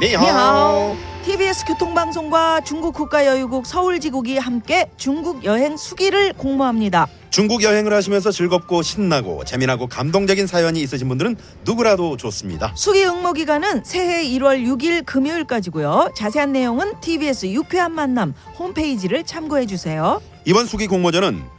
니하오. TBS 교통방송과 중국 국가여유국 서울지국이 함께 중국 여행 수기를 공모합니다. 중국 여행을 하시면서 즐겁고 신나고 재미나고 감동적인 사연이 있으신 분들은 누구라도 좋습니다. 수기 응모 기간은 새해 1월 6일 금요일까지고요. 자세한 내용은 TBS 유쾌한 만남 홈페이지를 참고해 주세요. 이번 수기 공모전은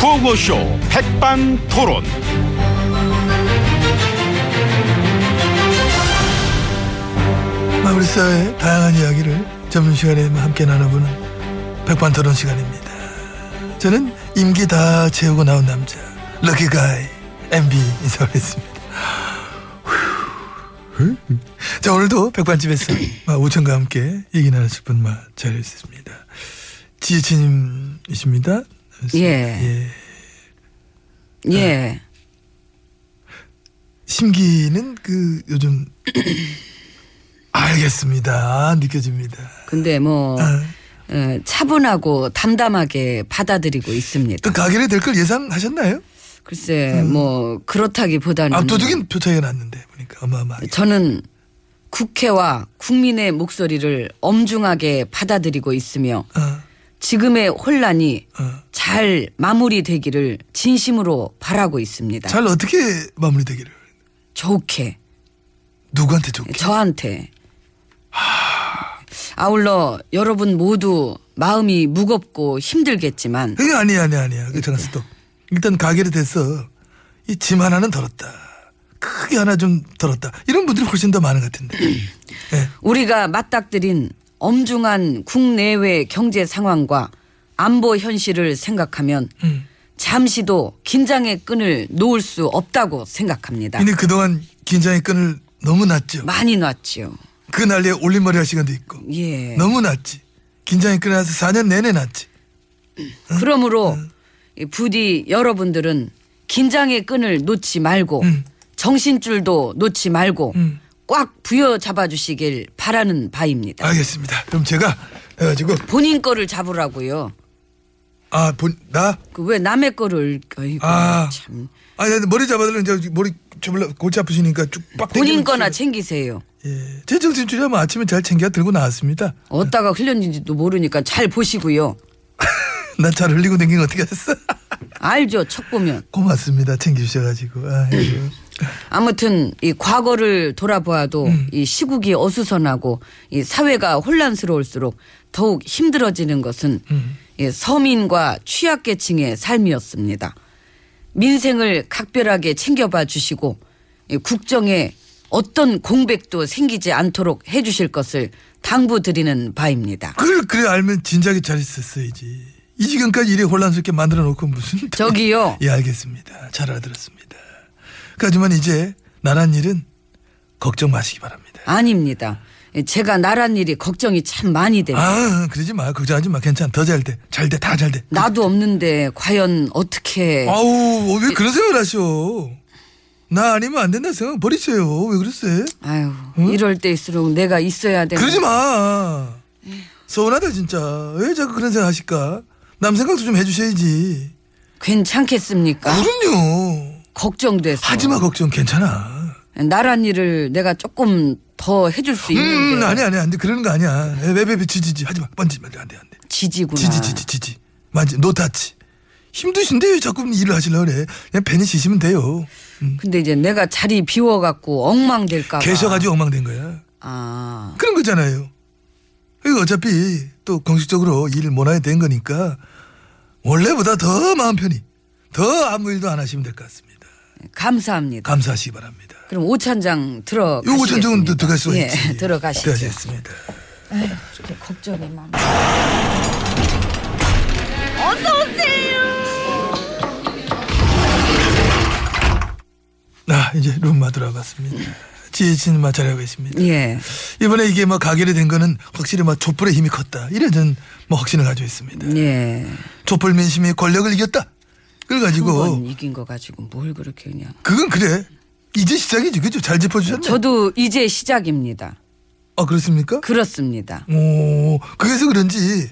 구호쇼 백반토론. 아, 우리 사회의 다양한 이야기를 점심시간에 함께 나눠보는 백반토론 시간입니다. 저는 임기 다 채우고 나온 남자 럭키가이 MB 인사하겠습니다. 자 오늘도 백반집에서 마, 우천과 함께 얘기 나누실 분 마, 자리했습니다. 지혜진님이십니다. 예. 예. 심기는 그 요즘 알겠습니다. 느껴집니다. 아. 근데 뭐 어, 차분하고 담담하게 받아들이고 있습니다. 또그 가게를 될 걸 예상하셨나요? 글쎄 뭐 그렇다기보다는 아, 압도적인 표 차이가 났는데 보니까 어마어마하게 저는 국회와 국민의 목소리를 엄중하게 받아들이고 있으며 어, 지금의 혼란이 어. 잘 마무리되기를 진심으로 바라고 있습니다. 잘 어떻게 마무리되기를 좋게 누구한테 좋게 저한테 아울러 여러분 모두 마음이 무겁고 힘들겠지만 응, 아니야 아니야 아니야 그 잠깐 스톱 일단 가게를 돼서 이 짐 하나는 덜었다 크게 하나 좀 덜었다 이런 분들이 훨씬 더 많은 것 같은데 예. 우리가 맞닥뜨린 엄중한 국내외 경제 상황과 안보 현실을 생각하면 잠시도 긴장의 끈을 놓을 수 없다고 생각합니다. 이미 그동안 긴장의 끈을 너무 놨죠 많이 놨지요. 그 난리에 올림머리 할 시간도 있고 예. 너무 놨지 긴장의 끈을 놔서 4년 내내 놨지 그러므로 이 부디 여러분들은 긴장의 끈을 놓지 말고 정신줄도 놓지 말고 꽉 부여잡아 주시길 바라는 바입니다. 알겠습니다 그럼 제가 해가지고 본인 거를 잡으라고요. 아본나 그 왜 남의 거를 아이고 아. 참 아니 근데 머리 잡아달라 이제 머리 접을라 골치 아프시니까 쭉빡 본인 거나 챙기세요. 예. 제 정신줄이면 아침에 잘 챙겨 들고 나왔습니다. 어디다가 흘렸는지도 모르니까 잘 보시고요. 난 잘 흘리고 댕긴 거 어떻게 했어? 알죠? 척 보면. 고맙습니다. 챙겨주셔가지고. 아이고. 예. 아무튼 이 과거를 돌아보아도 이 시국이 어수선하고 이 사회가 혼란스러울수록 더욱 힘들어지는 것은 이 서민과 취약계층의 삶이었습니다. 민생을 각별하게 챙겨봐 주시고 이 국정에 어떤 공백도 생기지 않도록 해주실 것을 당부드리는 바입니다. 그걸 그래 알면 진작에 잘 있었어야지. 이 지금까지 일이 혼란스럽게 만들어 놓고 무슨. 저기요. 예 알겠습니다. 잘 알아들었습니다. 하지만 이제 나란 일은 걱정 마시기 바랍니다. 아닙니다. 제가 나란 일이 걱정이 참 많이 됩니다. 아 그러지 마. 걱정하지 마. 괜찮아. 더 잘 돼. 잘 돼. 다 잘 돼. 나도 없는데 과연 어떻게 아우 왜 그런 생각을 하셔. 나 아니면 안 된다 생각 버리세요. 왜 그랬어요? 아유 이럴 때일수록 내가 있어야 되는 그러지 마. 서운하다 진짜. 왜 자꾸 그런 생각 하실까? 남 생각도 좀 해주셔야지. 괜찮겠습니까? 그럼요. 걱정돼서 아, 하지마 걱정 괜찮아. 나란 일을 내가 조금 더 해줄 수 있는데 음 아니 아니 안돼 그러는 거 아니야. 왜왜왜 지지지 하지마 번지 안돼 안돼 안돼. 지지구나 지지 지지 지지 맞지 노타치. 힘드신데 왜 자꾸 일을 하시려 그래? 그냥 벤히 쉬시면 돼요. 근데 이제 내가 자리 비워갖고 엉망될까봐 계셔가지고 엉망된 거야. 아 그런 거잖아요. 이거 어차피 또 공식적으로 일을 못 하게 된 거니까 원래보다 더 마음 편히 더 아무 일도 안 하시면 될 것 같습니다. 감사합니다 감사하시기 바랍니다. 그럼 오찬장 들어가시겠습니다 요거 전정은 또 들어갈 수가 예, 있지. 들어가시죠 들어가겠습니다. 걱정이 많아 자 이제 룸마 들어갔습니다. 지혜진 마 잘하고 계십니다. 예. 이번에 이게 뭐 가결이 된 거는 확실히 뭐 촛불의 힘이 컸다. 이런 저는 뭐 확신을 가지고 있습니다. 예. 촛불 민심이 권력을 이겼다. 그걸 한번 가지고 이긴 거 가지고 뭘 그렇게 그냥. 그건 그래. 이제 시작이지 그죠? 잘 짚어주셨네. 저도 이제 시작입니다. 아 그렇습니까? 그렇습니다. 오 그래서 그런지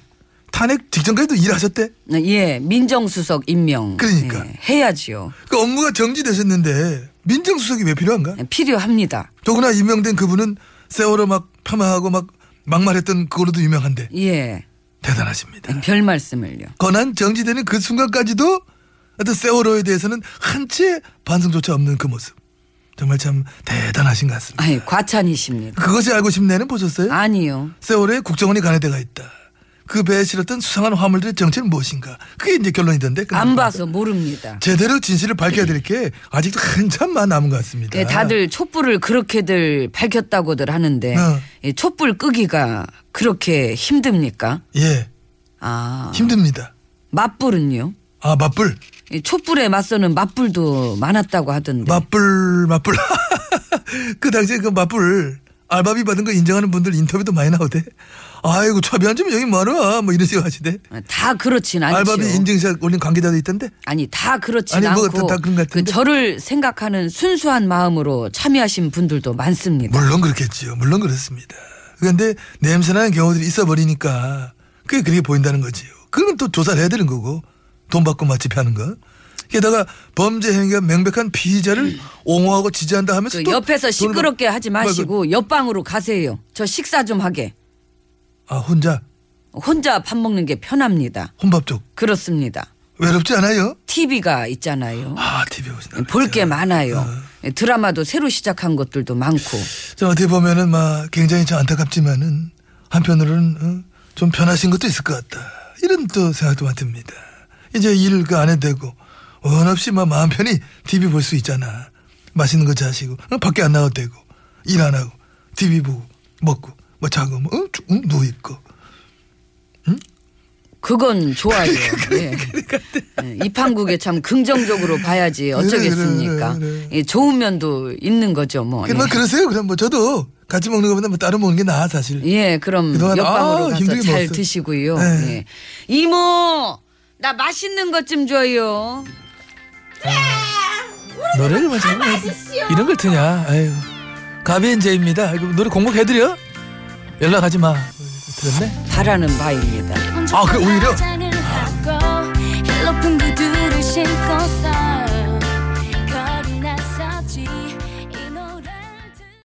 탄핵 직전까지도 일하셨대. 예, 민정수석 임명. 그러니까. 예, 해야지요. 그 업무가 정지되셨는데 민정수석이 왜 필요한가? 예, 필요합니다. 더구나 임명된 그분은 세월호 막 폄하하고 막 막말했던 그걸로도 유명한데 예. 대단하십니다. 별 말씀을요. 권한 정지되는 그 순간까지도 하여튼 세월호에 대해서는 한치의 반성조차 없는 그 모습 정말 참 대단하신 것 같습니다. 아니, 과찬이십니다. 그것이 알고 싶네는 보셨어요? 아니요. 세월호에 국정원이 가는 데가 있다. 그 배에 실었던 수상한 화물들의 정체는 무엇인가? 그게 이제 결론이던데. 그건 안 뭐. 봐서 모릅니다. 제대로 진실을 밝혀야 될 게 아직도 한참 많 남은 것 같습니다. 예, 다들 촛불을 그렇게들 밝혔다고들 하는데 어. 예, 촛불 끄기가 그렇게 힘듭니까? 예 아, 힘듭니다. 맞불은요? 아 맞불 예, 촛불에 맞서는 맞불도 많았다고 하던데. 맞불 맞불 그 당시에 그 맞불 알바비 받은 거 인정하는 분들 인터뷰도 많이 나오대. 아이고 차비한 점 여기 많아 뭐 이런 식으로 하시대. 아, 다 그렇진 않죠. 알바비 인증샷 올린 관계자도 있던데. 아니 다 그렇진 아니, 뭐가 않고 다- 다 그런 것 그 같은데? 저를 생각하는 순수한 마음으로 참여하신 분들도 많습니다. 물론 그렇겠지요. 물론 그렇습니다. 그런데 냄새나는 경우들이 있어 버리니까 그게 그렇게 보인다는 거지요. 그건 또 조사를 해야 되는 거고 돈 받고 맛집 하는 거. 게다가 범죄 행위가 명백한 피의자를 옹호하고 지지한다 하면서 그 또 뭐, 그 옆에서 돈을 시끄럽게 받- 하지 마시고 옆방으로 가세요. 저 식사 좀 하게. 아 혼자 혼자 밥 먹는 게 편합니다. 혼밥 쪽 그렇습니다. 외롭지 않아요? TV가 있잖아요. 아 TV 보시나 볼 게 봐요. 많아요. 드라마도 새로 시작한 것들도 많고. 자, 어떻게 보면은 막 굉장히 좀 안타깝지만은 한편으로는 어, 좀 변하신 것도 있을 것 같다. 이런 또 생각도 막 듭니다. 이제 일을 그 안 해도 되고 원 없이 막 마음 편히 TV 볼 수 있잖아. 맛있는 거 자시고 어, 밖에 안 나가도 되고 일 안 하고 TV 보고 먹고 뭐 자고 뭐 응? 누워 있고 그건 좋아요. 그러니까, 예. 예, 이 판국에 참 긍정적으로 봐야지 어쩌겠습니까. 그래, 그래, 그래. 예, 좋은 면도 있는 거죠 뭐. 그럼 뭐 예. 그러세요. 그럼 뭐 저도 같이 먹는 것보다 뭐 따로 먹는 게 나아 사실. 예, 그럼 그동안 옆방으로 아, 가서 힘들게 잘 먹었어요. 드시고요. 네. 예. 이모, 나 맛있는 것 좀 줘요. 노래를 맞아. 이런 걸 트냐? 아유. 가비엔제입니다. 노래 공복해드려? 연락하지 마. 들었네? 바라는 바입니다. 아, 그 그 오히려? 오히려 힐로픈 구두를 신고서 거리 나섰지 이 노래를 듣-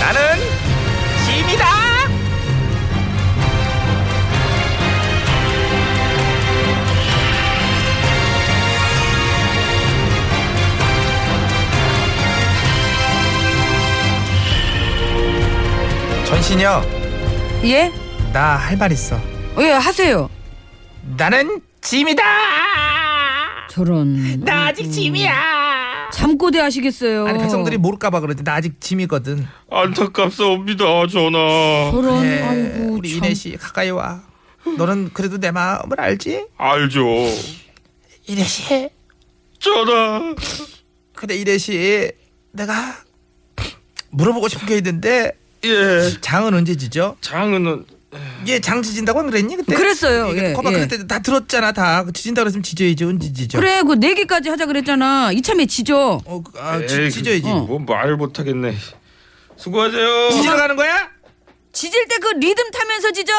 나는 짐이다. 전신여 예? 나 할 말 있어 예, 하세요. 나는 짐이다 저런. 나 아직 짐이야 잠꼬대 하시겠어요. 네. 아니 백성들이 모를까봐 그러는데 나 아직 짐이거든 안타깝사옵니다, 전하. 저런, 그래, 아이고. 우리 참. 이래씨 가까이 와 너는 그래도 내 마음을 알지? 알죠. 이래씨 전하, 그래 이래씨 내가 물어보고 싶은 게 있는데 예. 장은 언제 지죠? 예, 장은 얘장 지진다고 안 그랬니 그때? 그랬어요. 이게 예, 거봐 예. 그때 다 들었잖아 다 지진다 그랬으면 지져야지 언제 지죠? 그래 그 네 개까지 하자 그랬잖아. 이참에 지죠. 어, 그, 아, 에이, 지, 지져야지. 어. 뭐말 못하겠네. 수고하세요. 지지러 가는 거야? 지질 때 그 리듬 타면서 지죠.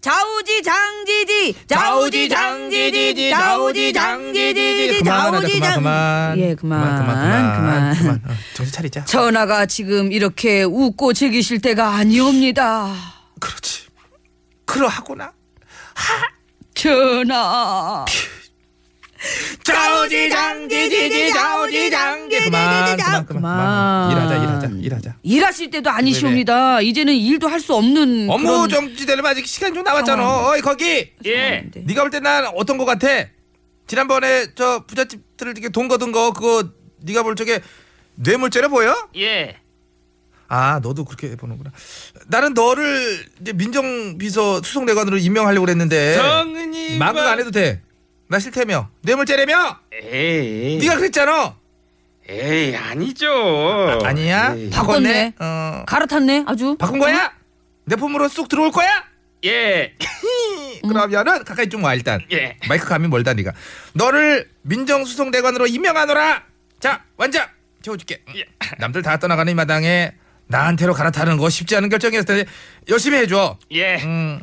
좌우지 장지지 좌우지 장지지 좌우지 장지지 그만 하자 좌우지 그만 그만. 장지지 예 그만 그만 그만. 어, 정신 차리자. 전화가 지금 이렇게 웃고 즐기실 때가 아니옵니다. 그렇지. 그러하구나. 전화. 좌우지 장지지지 좌우지 장지 그만 그만 그만 그만. 일하자 일하자 일하자. 일하실 때도 아니시옵니다. 이제는 일도 할 수 없는 업무 음, 그런 정지 되려면 아직 시간 좀 남았잖아. 어이 거기. 예. 네가 볼 때 난 어떤 거 같아? 지난번에 저 부잣집들 이렇게 돈 거둔 거 그거 네가 볼 적에 뇌물죄로 보여? 예. 아 너도 그렇게 보는구나. 나는 너를 이제 민정 비서 수석내관으로 임명하려고 그랬는데 정은이 예. 마구 안 해도 돼. 나 싫다며 뇌물죄라며? 에이. 네가 그랬잖아. 어. 에이 아니죠. 아니야? 에이. 바꿨네. 바꿨네. 어, 갈아탔네 아주. 바꾼 거야? 내 폼으로 쑥 들어올 거야? 예. 음. 그러면은 가까이 좀 와 일단. 예. 마이크 감이 멀다 네가. 너를 민정수석내관으로 임명하노라. 자 완자 채워줄게. 예. 남들 다 떠나가는 이 마당에 나한테로 갈아타는 거 쉽지 않은 결정이었을 텐데 열심히 해줘. 예. 음.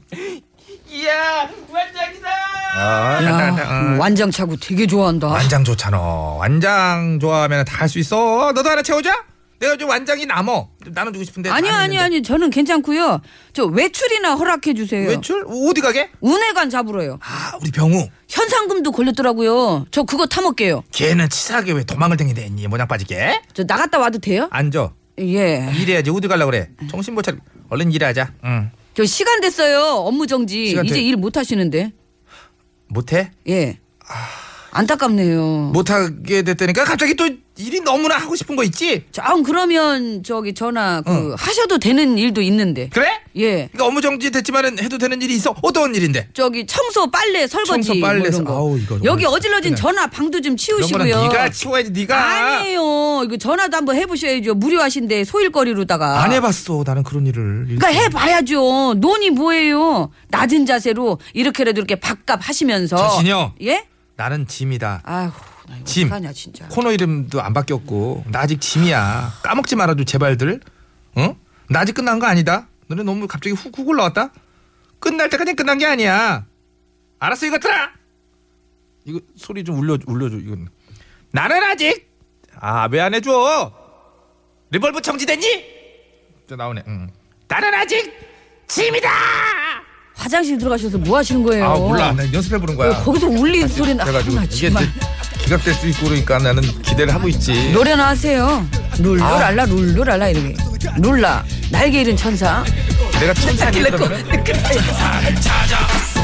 이야 완장이다. 아, 간다, 간다. 야, 뭐 어. 완장 차고 되게 좋아한다. 완장 좋잖아. 완장 좋아하면 다 할 수 있어. 너도 하나 채우자. 내가 좀 완장이 남어. 좀 나눠주고 싶은데. 아니요, 안 아니요, 했는데. 아니요. 저는 괜찮고요. 저 외출이나 허락해 주세요. 외출? 어디 가게? 운해관 잡으러요. 아, 우리 병우. 현상금도 걸렸더라고요. 저 그거 타먹게요. 걔는 치사하게 왜 도망을 댕기대 했니? 모양 빠지게. 저 나갔다 와도 돼요? 앉아. 예. 일해야지. 어디 가려고 그래. 정신 못 차려. 얼른 일하자. 응. 저 시간 됐어요. 업무 정지. 시간 이제 됐- 일 못 하시는데. 못해? 예. 뭐? 안타깝네요. 못하게 됐다니까 갑자기 또 일이 너무나 하고 싶은 거 있지? 자, 아, 그러면 저기 전화 그 하셔도 되는 일도 있는데. 어. 그래? 예. 그러니까 업무 정지 됐지만은 해도 되는 일이 있어. 어떤 일인데? 저기 청소, 빨래, 설거지 청소, 빨래, 뭐 이런 거. 아우, 이거 여기 어렵다. 어질러진 그냥. 전화 방도 좀 이런 치우시고요. 거는 네가 치워야지 네가. 아니에요. 이거 전화도 한번 해보셔야죠. 무료하신데 소일거리로다가. 안 해봤어. 나는 그런 일을. 그러니까 해봐야죠. 논이 뭐예요? 낮은 자세로 이렇게라도 이렇게 밥값 하시면서. 자신이요? 예? 나는 짐이다. 아휴, 나 이거 짐. 어떡하냐 진짜. 코너 이름도 안 바뀌었고 나 아직 짐이야. 까먹지 말아줘 제발들. 응? 나 아직 끝난 거 아니다. 너네 너무 갑자기 훅훅 올라왔다. 끝날 때까지 끝난 게 아니야. 알았어 이것들아. 이거 소리 좀 울려 울려줘 이건. 나는 아직 아 왜 안 해줘? 리볼브 정지됐니? 저 나오네. 응. 나는 아직 짐이다. 화장실 들어가셔서 뭐 하시는 거예요? 아 몰라. 나 연습해 보는 거야. 어, 거기서 울린 소리는 아, 그래가지고 나 이게 정말. 이제 기각될 수도 있고 그러니까 나는 기대를 하고 있지. 노래나 하세요. 룰루랄라 룰루랄라 이렇게. 룰라 날개 잃은 천사. 내가 천사 길래 아니라면은 꼭. 찾아.